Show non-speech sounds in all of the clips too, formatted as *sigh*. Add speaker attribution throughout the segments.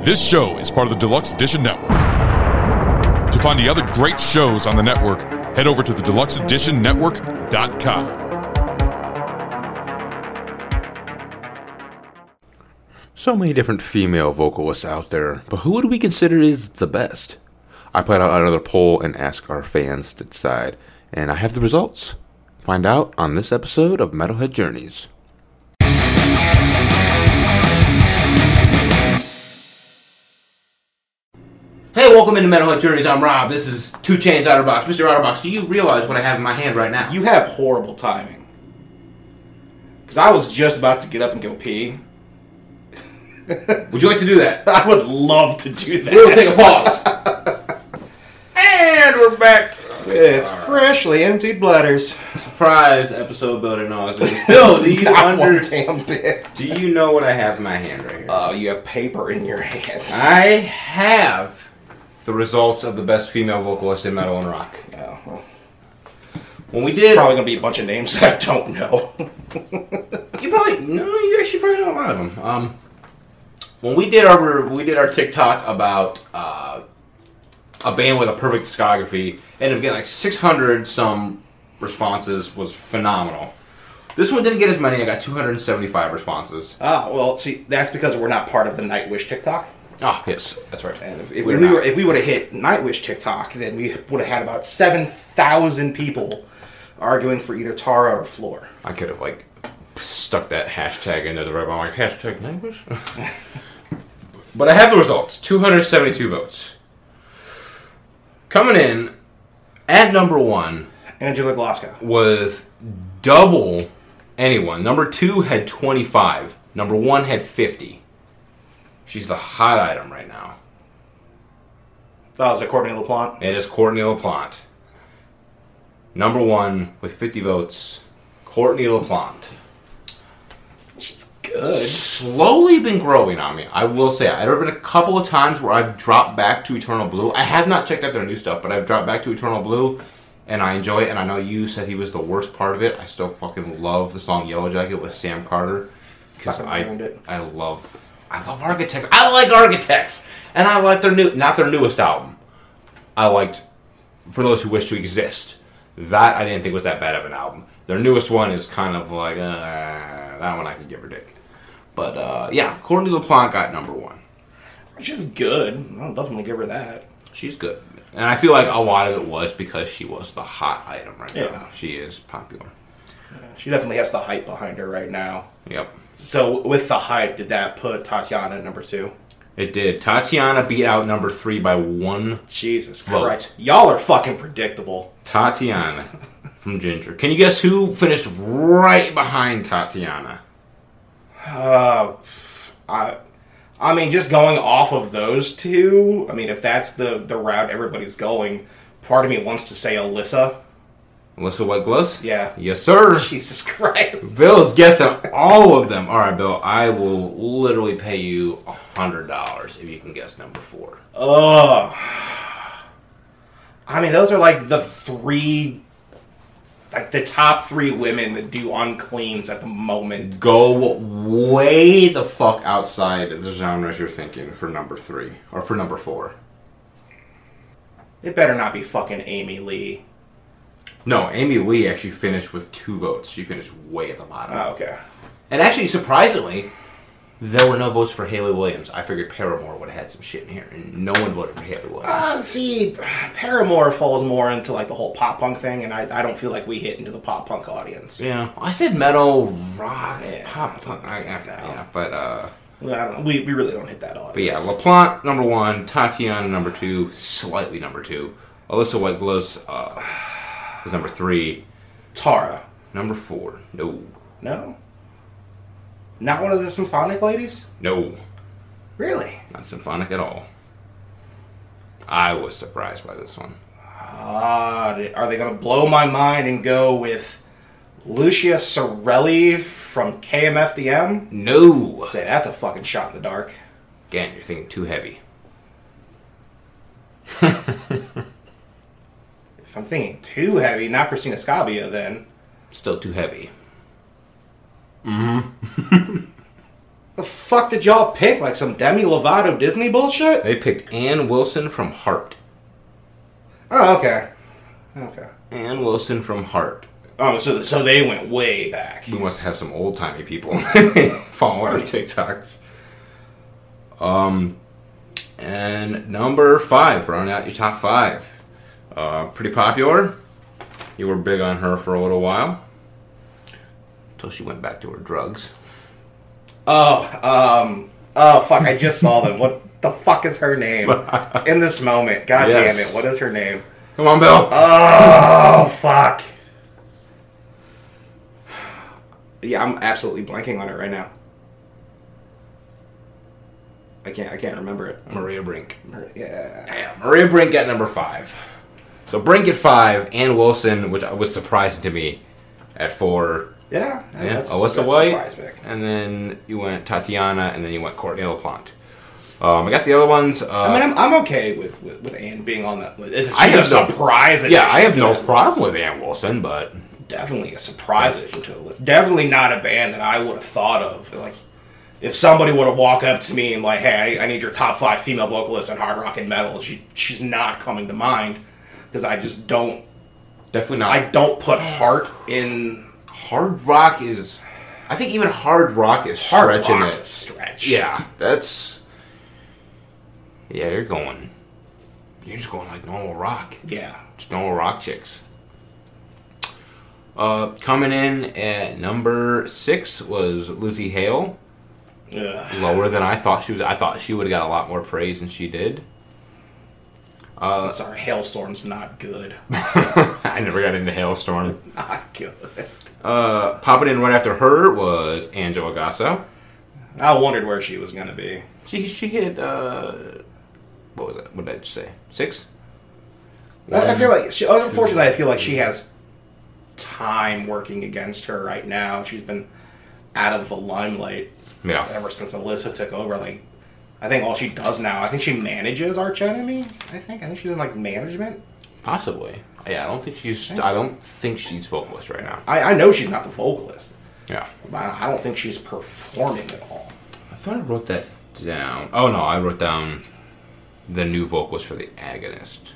Speaker 1: This show is part of the Deluxe Edition Network. To find the other great shows on the network, head over to the deluxeeditionnetwork.com.
Speaker 2: So many different female vocalists out there, but who would we consider is the best? I put out another poll and asked our fans to decide, and I have the results. Find out on this episode of Metalhead Journeys.
Speaker 3: Hey, welcome into Metalhead Journeys. I'm Rob. This is Two Chains Otterbox. Mr. Otterbox, do you realize what I have in my hand right now?
Speaker 4: You have horrible timing. Because I was just about to get up and go pee. *laughs*
Speaker 3: Would you like to do that?
Speaker 4: I would love to do that.
Speaker 3: We will take a pause. and we're back.
Speaker 4: With freshly emptied bladders.
Speaker 3: Surprise episode building noise. Bill, do you
Speaker 4: Not one
Speaker 3: under,
Speaker 4: damn bit.
Speaker 3: Do you know what I have in my hand right here?
Speaker 4: Uh, you have paper in your hands.
Speaker 3: I have the results of the best female vocalist in metal and rock.
Speaker 4: Oh, well,
Speaker 3: When we did,
Speaker 4: probably gonna be a bunch of names *laughs* I don't know.
Speaker 3: You probably no, you actually probably know a lot of them. Um, when we did our we did our TikTok about uh, a band with a perfect discography, ended up getting like six hundred some responses was phenomenal. This one didn't get as many. I got two hundred and seventy five responses.
Speaker 4: Ah, well, see, that's because we're not part of the Nightwish TikTok.
Speaker 3: Ah, yes, that's right.
Speaker 4: And if, if we
Speaker 3: We're
Speaker 4: were,
Speaker 3: not.
Speaker 4: if we would have hit Nightwish TikTok, then we would have had about seven thousand people arguing for either Tara or Floor.
Speaker 3: I could have like stuck that hashtag into the right. I'm like hashtag language. *laughs* but I have the results: 272 votes. Coming in at number one
Speaker 4: Angela Glasgow.
Speaker 3: was double anyone. Number two had 25. Number one had 50. She's the hot item right now.
Speaker 4: That was according to LaPlante.
Speaker 3: It is Courtney LaPlante. Number one with 50 votes, Courtney LaPlante.
Speaker 4: She's good.
Speaker 3: slowly been growing on me. I will say, there have been a couple of times where I've dropped back to Eternal Blue. I have not checked out their new stuff, but I've dropped back to Eternal Blue, and I enjoy it. And I know you said he was the worst part of it. I still fucking love the song Yellow Jacket with Sam Carter because
Speaker 4: Fucking
Speaker 3: I
Speaker 4: ruined it.
Speaker 3: I love I love Architects. I like Architects, and I like their new not their newest album. I liked for those who wish to exist. That I didn't think was that bad of an album. Their newest one is kind of like uh, that one I could give or dick. But uh, yeah, Courtney LaPlante got number one.
Speaker 4: She's good. I'll definitely give her that.
Speaker 3: She's good, and I feel like a lot of it was because she was the hot item right
Speaker 4: Yeah.
Speaker 3: now. She is popular.
Speaker 4: She definitely has the hype behind her right now.
Speaker 3: Yep,
Speaker 4: So with the hype, did that put Tatiana at number two?
Speaker 3: it did. Tatiana beat out number three by one.
Speaker 4: Jesus
Speaker 3: Vote.
Speaker 4: Christ. Y'all are fucking predictable. *laughs*
Speaker 3: Tatiana from Ginger. Can you guess who finished right behind Tatiana?
Speaker 4: Uh, I, I mean, just going off of those two. I mean, if that's the the route everybody's going, part of me wants to say Alyssa. *laughs*
Speaker 3: Alyssa White Gloves?
Speaker 4: Yeah.
Speaker 3: Yes, sir.
Speaker 4: Jesus Christ.
Speaker 3: Bill's guessing all of them. All right, Bill, I will literally pay you $100 if you can guess number four.
Speaker 4: Ugh. I mean, those are like the three, like the top three women that do uncleans at the moment.
Speaker 3: Go way the fuck outside the genres you're thinking for number three, or for number four.
Speaker 4: It better not be fucking Amy Lee.
Speaker 3: No, Amy Lee actually finished with two votes. She finished way at the bottom.
Speaker 4: Oh, okay.
Speaker 3: And actually, surprisingly, there were no votes for Haley Williams. I figured Paramore would have had some shit in here, and no one voted for Haley Williams.
Speaker 4: Uh, see, Paramore falls more into like the whole pop punk thing, and I, I don't feel like we hit into the pop punk audience.
Speaker 3: yeah, I said metal, rock,
Speaker 4: Yeah.
Speaker 3: pop, punk. I, I, yeah, but uh,
Speaker 4: We- I don't- we, we really don't hit that
Speaker 3: But yeah,
Speaker 4: audience.
Speaker 3: LaPlante number one, Tatiana number two, slightly number two, Alyssa White Gloves uh, is number three,
Speaker 4: Tara.
Speaker 3: number four, no,
Speaker 4: No? Not one of the symphonic ladies?
Speaker 3: no,
Speaker 4: Really?
Speaker 3: not symphonic at all. I was surprised by this one.
Speaker 4: Uh, are they going to blow my mind and go with Lucia Sorelli from KMFDM?
Speaker 3: No,
Speaker 4: Say, that's a fucking shot in the dark.
Speaker 3: again, you're thinking too heavy.
Speaker 4: If I'm thinking too heavy, not Christina Scabia then.
Speaker 3: Still too heavy.
Speaker 4: The fuck did y'all pick? Like some Demi Lovato Disney bullshit?
Speaker 3: They picked Ann Wilson from Heart.
Speaker 4: Oh, okay. Okay.
Speaker 3: Ann Wilson from Heart.
Speaker 4: Oh, so so they went way back.
Speaker 3: We must have some old timey people following our TikToks. Um, and number five, rounding out your top five. Uh, pretty popular. You were big on her for a little while. Until she went back to her drugs.
Speaker 4: Oh, um, oh fuck! I just saw them. What the fuck is her name? It's in this moment, god
Speaker 3: Yes.
Speaker 4: damn it! What is her name?
Speaker 3: Come on, Bill.
Speaker 4: Uh, Oh fuck! Yeah, I'm absolutely blanking on it right now. I can't. I can't remember it.
Speaker 3: Maria Brink.
Speaker 4: Yeah.
Speaker 3: Yeah, Maria Brink at number five. So Brink at five, Ann Wilson, which was surprising to me, at four.
Speaker 4: Yeah.
Speaker 3: Yeah,
Speaker 4: that's-
Speaker 3: Alyssa
Speaker 4: that's
Speaker 3: White,
Speaker 4: surprise pick.
Speaker 3: and then you went Tatiana, and then you went Courtney LaPlante. Um, I got the other ones. Uh,
Speaker 4: I mean, I'm, I'm okay with, with with Anne being on that list. It's
Speaker 3: I
Speaker 4: just
Speaker 3: have no-
Speaker 4: a surprise.
Speaker 3: yeah,
Speaker 4: addition
Speaker 3: I have
Speaker 4: to
Speaker 3: no
Speaker 4: that
Speaker 3: problem
Speaker 4: list.
Speaker 3: with Ann Wilson, but
Speaker 4: definitely a surprise addition to the list. Definitely not a band that I would have thought of. Like, if somebody would have walked up to me and like, "Hey, I, I need your top five female vocalists in hard rock and metal," she, she's not coming to mind because I just don't.
Speaker 3: definitely not.
Speaker 4: I don't put heart in
Speaker 3: hard rock is. I think even hard rock is
Speaker 4: hard
Speaker 3: stretching
Speaker 4: rock's a
Speaker 3: it.
Speaker 4: stretch.
Speaker 3: Yeah, that's. Yeah, you're going. You're just going like normal rock.
Speaker 4: yeah.
Speaker 3: Just normal rock chicks. Uh, coming in at number six was Lizzie Hale.
Speaker 4: Ugh.
Speaker 3: Lower than I thought she was. I thought she would have got a lot more praise than she did. *laughs*
Speaker 4: I'm sorry, hailstorm's not good. *laughs*
Speaker 3: I never got into Hailstorm.
Speaker 4: not good.
Speaker 3: Uh, popping in right after her was Angela Gasso.
Speaker 4: I wondered where she was gonna be.
Speaker 3: She she hit uh, what was that? What did I just say? Six.
Speaker 4: I I feel like she, oh, unfortunately, I feel like she has time working against her right now. She's been out of the limelight
Speaker 3: Yeah.
Speaker 4: ever since Alyssa took over. Like, I think all she does now, I think she manages Arch Enemy. I think I think she's in like management.
Speaker 3: Possibly. Yeah. I don't think she's. I don't think she's vocalist right now.
Speaker 4: I, I know she's not the vocalist,
Speaker 3: Yeah.
Speaker 4: but I I don't think she's performing at all.
Speaker 3: I thought I wrote that down. Oh no, I wrote down the new vocalist for the Agonist.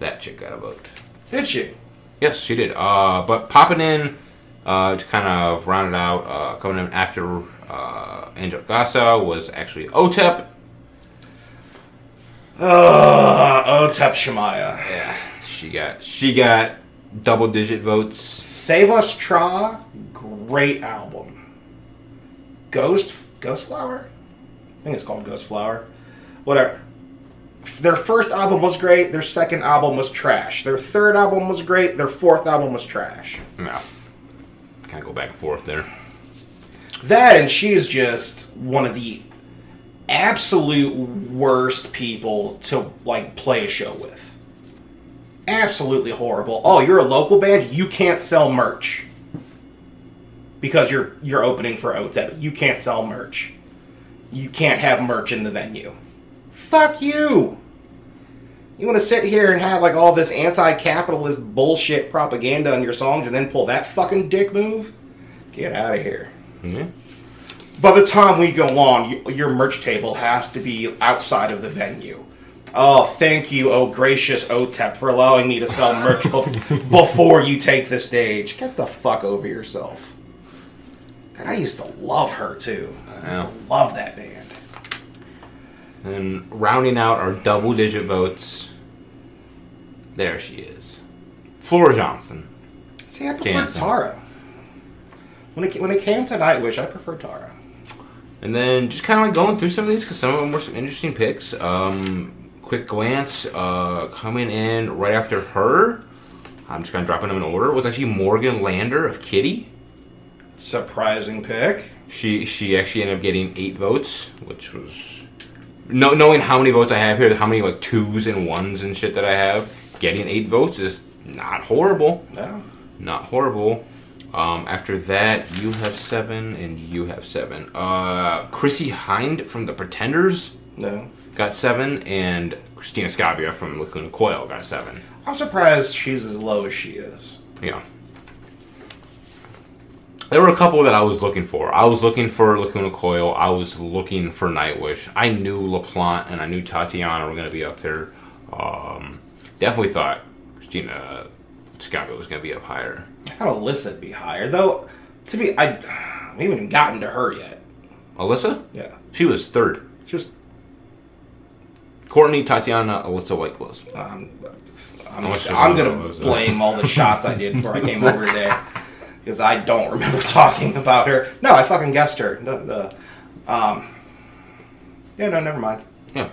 Speaker 3: That chick got a vote.
Speaker 4: Did she?
Speaker 3: Yes, she did. Uh, but popping in uh, to kind of round it out, uh, coming in after uh, Angel Gasso was actually E Otep.
Speaker 4: Uh, Otep Shemaya.
Speaker 3: Yeah, Eh, she got she got double digit votes.
Speaker 4: Save Us Tra, great album. Ghost Ghost Flower? I think it's called Ghost Flower. Whatever. Their first album was great, their second album was trash. Their third album was great, their fourth album was trash.
Speaker 3: No, kind of go back and forth there.
Speaker 4: That and she's just one of the absolute worst people to like play a show with. Absolutely horrible. Oh, you're a local band, you can't sell merch. Because you're you're opening for OTEP. You can't sell merch. You can't have merch in the venue. Fuck you. You want to sit here and have like all this anti-capitalist bullshit propaganda on your songs and then pull that fucking dick move? Get out of here
Speaker 3: Yeah.
Speaker 4: by the time we go on, you, your merch table has to be outside of the venue. Oh, thank you, oh gracious OTEP, for allowing me to sell merch bef- before you take the stage. Get the fuck over yourself. God, I used to love her too. I used
Speaker 3: know.
Speaker 4: to love that band.
Speaker 3: And rounding out our double digit votes, there she is, Flora Johnson.
Speaker 4: See, I prefer
Speaker 3: Dancing.
Speaker 4: Tara. When it, ca- when it came to Nightwish, I preferred Tara.
Speaker 3: And then just kind of like going through some of these because some of them were some interesting picks. Um, quick glance, uh, coming in right after her, I'm just kind of dropping them in order. Was actually Morgan Lander of Kitty.
Speaker 4: Surprising pick.
Speaker 3: She she actually ended up getting eight votes, which was no knowing how many votes I have here, how many like twos and ones and shit that I have. Getting eight votes is not horrible,
Speaker 4: No.
Speaker 3: not horrible. Um, after that, you have seven and you have seven. Uh, Chrissy Hind from The Pretenders
Speaker 4: No.
Speaker 3: got seven, and Christina Scabia from Lacuna Coil got seven.
Speaker 4: I'm surprised she's as low as she is.
Speaker 3: Yeah. There were a couple that I was looking for. I was looking for Lacuna Coil. I was looking for Nightwish. I knew LaPlante and I knew Tatiana were going to be up there. Um, definitely thought Christina Scott was going to be up higher.
Speaker 4: I thought Alyssa'd be higher, though. To me, I we haven't even gotten to her yet.
Speaker 3: Alyssa?
Speaker 4: Yeah,
Speaker 3: She was third.
Speaker 4: she was.
Speaker 3: Courtney, Tatiana, Alyssa Whiteclose.
Speaker 4: Um, I'm,
Speaker 3: much does
Speaker 4: I'm
Speaker 3: one
Speaker 4: gonna
Speaker 3: of those, uh?
Speaker 4: blame all the shots I did before I came over today because I don't remember *laughs* talking about her. No, I fucking guessed her. The, the, um, yeah, no, never mind.
Speaker 3: Yeah.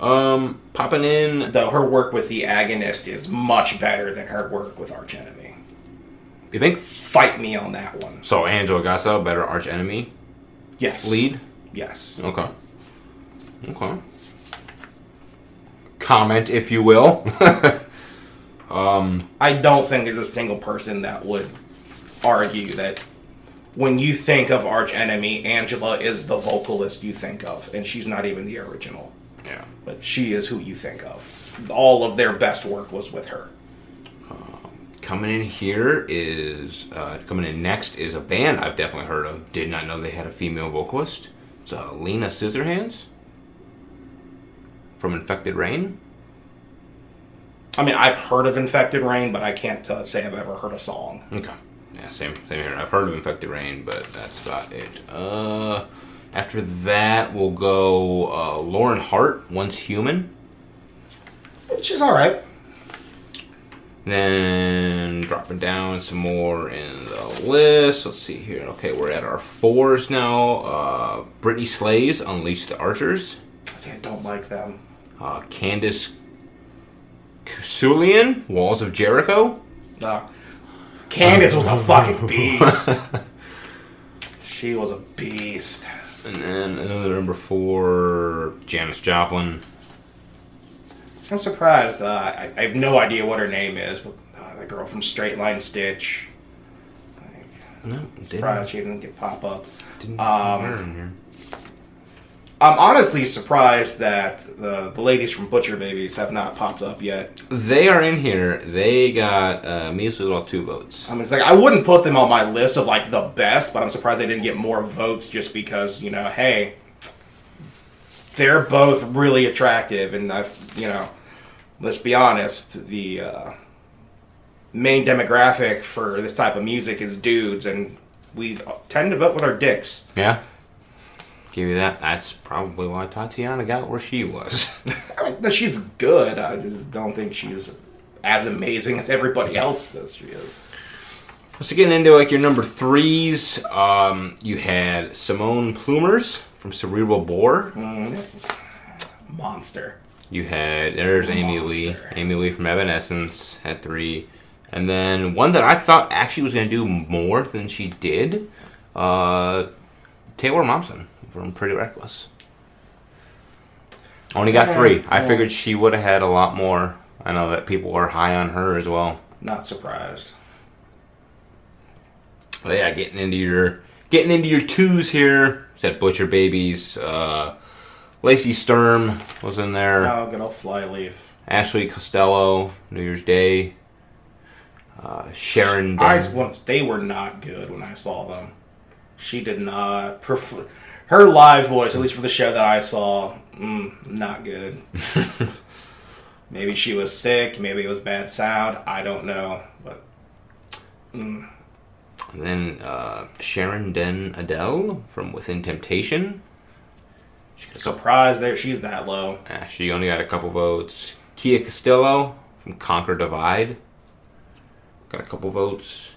Speaker 3: Um, popping in.
Speaker 4: Though her work with the agonist is much better than her work with Arch Enemy.
Speaker 3: You think?
Speaker 4: Fight me on that one.
Speaker 3: So Angela Gassa, better arch enemy
Speaker 4: Yes.
Speaker 3: lead.
Speaker 4: Yes.
Speaker 3: Okay. Okay. Comment, if you will. *laughs*
Speaker 4: I don't think there's a single person that would argue that when you think of Arch Enemy, Angela is the vocalist you think of, and she's not even the original.
Speaker 3: yeah.
Speaker 4: But she is who you think of. All of their best work was with her.
Speaker 3: Coming in here is uh, coming in next is a band I've definitely heard of. Did not know they had a female vocalist. It's uh, Lena Scissorhands from Infected Rain.
Speaker 4: I mean, I've heard of Infected Rain, but I can't uh, say I've ever heard a song.
Speaker 3: Okay. Yeah, same same here. I've heard of Infected Rain, but that's about it. Uh, after that, we'll go uh, Lauren Hart, Once Human,
Speaker 4: She's all right.
Speaker 3: then dropping down some more in the list. Let's see here. Okay, we're at our fours now. Uh, Brittany Slays, Unleash the Archers.
Speaker 4: See, I don't like them.
Speaker 3: Uh, Candace Kusulian, Walls of Jericho.
Speaker 4: Uh, Candace was a fucking *laughs* beast. she was a beast.
Speaker 3: And then another number four, Janis Joplin.
Speaker 4: I'm surprised. Uh, I, I have no idea what her name is, but uh, the girl from Straight Line Stitch. Like,
Speaker 3: No, didn't,
Speaker 4: surprised she didn't get pop up.
Speaker 3: didn't
Speaker 4: Um,
Speaker 3: her in here.
Speaker 4: I'm honestly surprised that the the ladies from Butcher Babies have not popped up yet.
Speaker 3: They are in here. They got uh, Miya's all two votes.
Speaker 4: I mean, it's like I wouldn't put them on my list of like the best, but I'm surprised they didn't get more votes just because you know, hey, they're both really attractive, and I've you know, let's be honest, the uh, main demographic for this type of music is dudes, and we tend to vote with our dicks.
Speaker 3: Yeah. Give you that. That's probably why Tatiana got where she was. *laughs*
Speaker 4: I mean, no, she's good. I just don't think she's as amazing as everybody else says she is.
Speaker 3: Let's get into like your number threes. Um, you had Simone Plumers from Cerebral Bore.
Speaker 4: Monster.
Speaker 3: You had there's Amy Lee,
Speaker 4: Monster.
Speaker 3: Amy Lee from Evanescence at three, and then one that I thought actually was going to do more than she did, uh, Taylor Momsen from Pretty Reckless. Only got three. I figured she would have had a lot more. I know that people were high on her as well.
Speaker 4: Not surprised.
Speaker 3: But yeah, getting into your getting into your twos here. Said Butcher Babies. Uh, Lacey Sturm was in there.
Speaker 4: Oh, good old flyleaf.
Speaker 3: Ashley Costello, New Year's Day. Uh, Sharon
Speaker 4: I
Speaker 3: Dunn.
Speaker 4: once they were not good when I saw them. She did not. Perf- her live voice, at least for the show that I saw, mm, not good.
Speaker 3: *laughs*
Speaker 4: maybe she was sick. Maybe it was bad sound. I don't know. But
Speaker 3: And then uh, Sharon Den Adele from Within Temptation. She, got a couple,
Speaker 4: surprise, there she's that low.
Speaker 3: uh, she only got a couple votes. Kia Costello from Conquer Divide. Got a couple votes.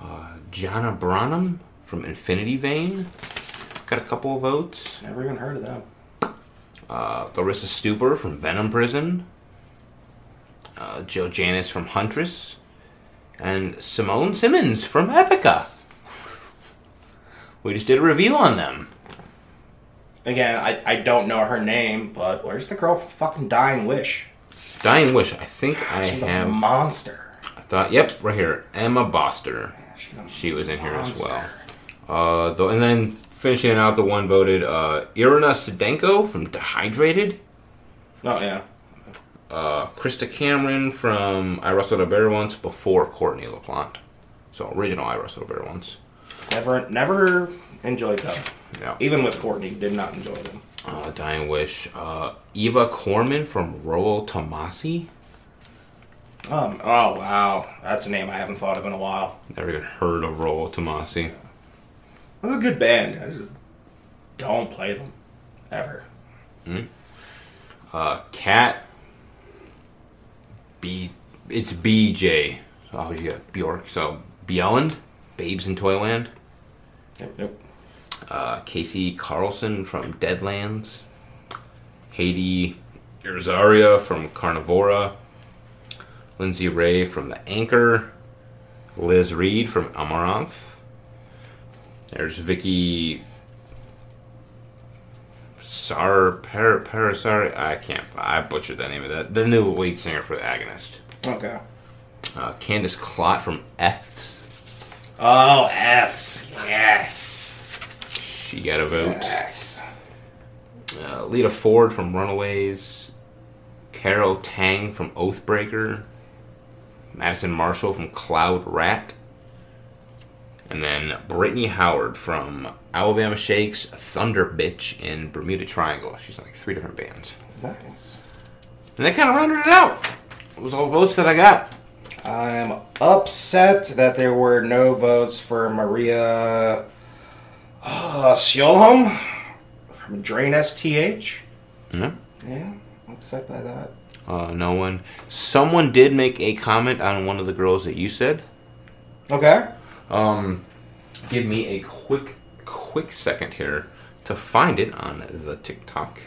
Speaker 3: Uh, Jana Branham from Infinity Vein. Got a couple of votes.
Speaker 4: Never even heard of them.
Speaker 3: Uh, Larissa Stuber from Venom Prison, uh, Joe Janis from Huntress, and Simone Simmons from Epica. We just did a review on them.
Speaker 4: Again, I, I don't know her name, but where's the girl from fucking Dying Wish?
Speaker 3: Dying Wish, I think I
Speaker 4: She's a
Speaker 3: have.
Speaker 4: monster.
Speaker 3: I thought, yep, right here. Emma Boster.
Speaker 4: She's a
Speaker 3: She was in here as well.
Speaker 4: monster.
Speaker 3: Uh, though, and then finishing out the one voted uh, Irina Sedenko from Dehydrated,
Speaker 4: Oh yeah.
Speaker 3: uh, Krista Cameron from I Wrestled a Bear Once before Courtney LaPlante. So original I Wrestled a Bear Once.
Speaker 4: Never, never enjoyed them.
Speaker 3: No.
Speaker 4: Even with Courtney, did not enjoy them.
Speaker 3: Uh, Dying Wish. Uh, Eva Corman from Royal Tomasi.
Speaker 4: Um. Oh wow, that's a name I haven't thought of in a while.
Speaker 3: Never even heard of Royal Tomasi.
Speaker 4: That's a good band. I just don't play them ever.
Speaker 3: Uh, Cat. B. It's BJ. Oh, you got Bjork. So Bjorn, Babes in Toyland.
Speaker 4: Nope. nope.
Speaker 3: Uh, Casey Carlson from Deadlands. Haiti Irzaria from Carnivora. Lindsay Ray from The Anchor. Liz Reed from Amaranth. There's Vicky Sar Per Parasari. I can't. I butchered that name of that. The new lead singer for The Agonist.
Speaker 4: Okay.
Speaker 3: Uh, Candace Clot from Eths.
Speaker 4: Oh, F's. Yes.
Speaker 3: She got a vote.
Speaker 4: Yes.
Speaker 3: uh, Lita Ford from Runaways, Carol Tang from Oathbreaker, Madison Marshall from Cloud Rat, and then Brittany Howard from Alabama Shakes, Thunder Bitch, and Bermuda Triangle. She's in like three different bands.
Speaker 4: Nice.
Speaker 3: And that kind of rounded it out. It was all the votes that I got.
Speaker 4: I'm upset that there were no votes for Maria uh, Sjolholm from Drain STH.
Speaker 3: No,
Speaker 4: Yeah, upset by that.
Speaker 3: uh, no one. Someone did make a comment on one of the girls that you said.
Speaker 4: Okay.
Speaker 3: Um, give me a quick, quick second here to find it on the TikTok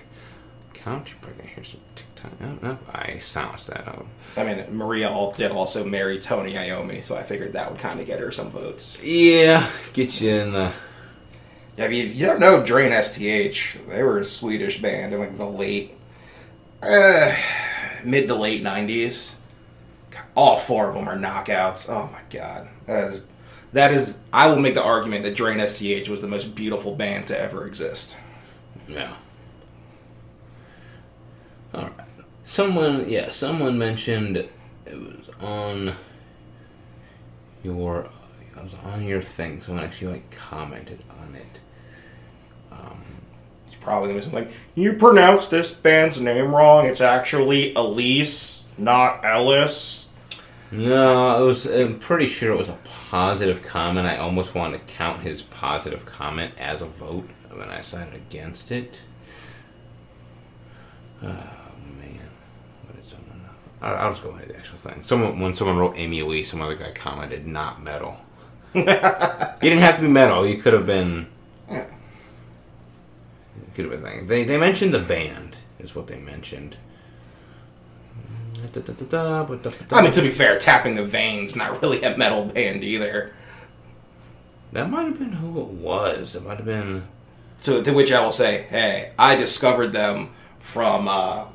Speaker 3: account. Here's some TikTok. No, no, I silenced that Oh. out.
Speaker 4: I mean, Maria al- did also marry Tony Iommi, so I figured that would kind of get her some votes.
Speaker 3: Yeah, get you in the.
Speaker 4: Yeah, if you, if you don't know Drain STH, they were a Swedish band in like the late, uh, mid to late 90s. All four of them are knockouts. Oh my god. That is, that is, I will make the argument that Drain STH was the most beautiful band to ever exist.
Speaker 3: Yeah. All right. Someone, yeah, someone mentioned it was on your. It was on your thing. Someone actually like commented on it.
Speaker 4: It's probably gonna be something like, you pronounced this band's name wrong. It's actually Elise, not Ellis.
Speaker 3: No, it was. I'm pretty sure it was a positive comment. I almost wanted to count his positive comment as a vote, and then I decided against it. Oh man, what did someone? I'll, I'll just go into the actual thing. Someone when someone wrote Amy Lee, some other guy commented not metal. you didn't have to be metal. You could have been.
Speaker 4: Yeah.
Speaker 3: Could have been thing. They they mentioned the band is what they mentioned.
Speaker 4: I mean, to be fair, Tapping the Veins not really a metal band either.
Speaker 3: That might have been who it was. It might have been.
Speaker 4: So to which I will say, hey, I discovered them from uh,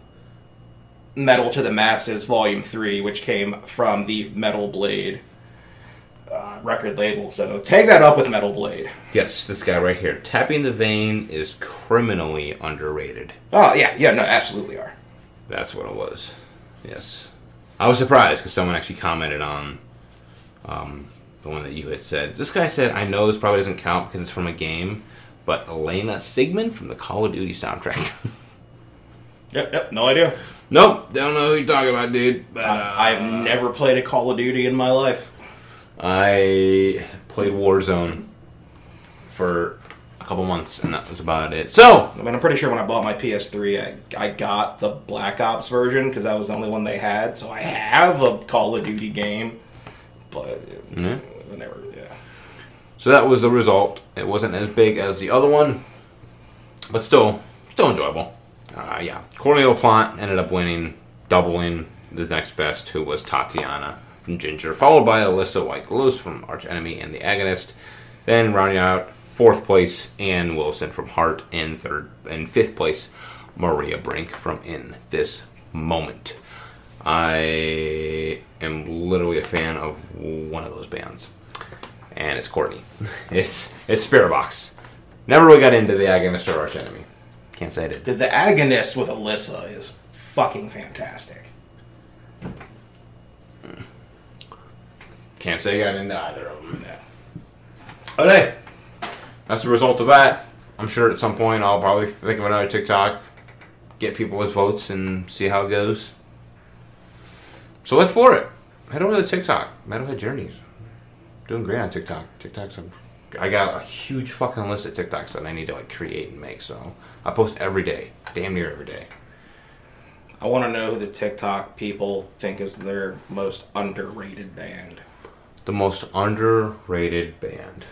Speaker 4: Metal to the Masses Volume Three, which came from the Metal Blade uh, record label. So take that up with Metal Blade.
Speaker 3: Yes, this guy right here. Tapping the Vein is criminally underrated.
Speaker 4: Oh yeah, yeah, no, absolutely are.
Speaker 3: That's what it was. Yes. I was surprised because someone actually commented on um, the one that you had said. This guy said, I know this probably doesn't count because it's from a game, but Elena Sigmund from the Call of Duty soundtrack. *laughs*
Speaker 4: Yep, yep, no idea.
Speaker 3: nope, don't know who you're talking about, dude. But, uh,
Speaker 4: I I've never played a Call of Duty in my life.
Speaker 3: I played Warzone for a couple months, and that was about it. So,
Speaker 4: I mean, I'm pretty sure when I bought my PS3, I, I got the Black Ops version because that was the only one they had. So I have a Call of Duty game, but it, it never, yeah.
Speaker 3: So that was the result. It wasn't as big as the other one, but still, still enjoyable. Uh, yeah, Cornelia Plant ended up winning, doubling the next best, who was Tatiana from Ginger, followed by Alyssa White Loose from Arch Enemy and The Agonist. Then rounding out fourth place, Ann Wilson from Heart, and third and fifth place, Maria Brink from In This Moment. I am literally a fan of one of those bands and it's Courtney. It's it's Spirit Box. Never really got into the Agonist or Arch Enemy. Can't say I did.
Speaker 4: The, the Agonist with Alyssa is fucking fantastic.
Speaker 3: Can't say I got into either of them. But hey, that's the result of that. I'm sure at some point I'll probably think of another TikTok, get people as votes, and see how it goes. So look for it. Head over to TikTok, Metalhead Journeys. Doing great on TikTok. TikTok's, a- I got a huge fucking list of TikToks that I need to like create and make. So I post every day, damn near every day.
Speaker 4: I want to know who the TikTok people think is their most underrated band.
Speaker 3: The most underrated band.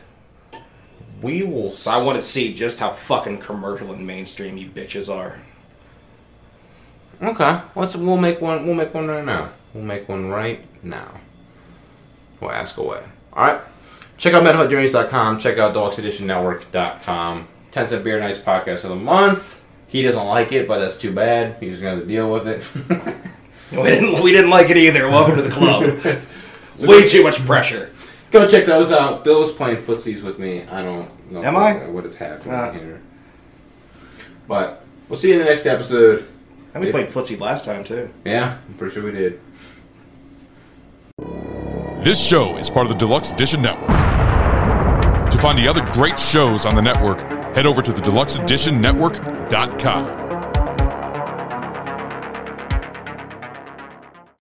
Speaker 3: We will.
Speaker 4: So I want to see just how fucking commercial and mainstream you bitches are. *laughs*
Speaker 3: Okay, let's we'll make one. We'll make one right now. We'll make one right now. We'll ask away. All right. Check out metalheadjourneys.com. Check out deluxeeditionnetwork.com. Ten cent beer nights podcast of the month. He doesn't like it, but that's too bad. He's gonna have to deal with it. *laughs*
Speaker 4: We didn't, we didn't like it either. Welcome to the club. Way too much pressure.
Speaker 3: Go check those out. Bill was playing footsies with me. I don't know
Speaker 4: Am
Speaker 3: what,
Speaker 4: I?
Speaker 3: what is happening
Speaker 4: Uh.
Speaker 3: here. But we'll see you in the next episode.
Speaker 4: And we played footsie last time too.
Speaker 3: Yeah, I'm pretty sure we did.
Speaker 1: This show is part of the Deluxe Edition Network. To find the other great shows on the network, head over to the deluxeeditionnetwork.com.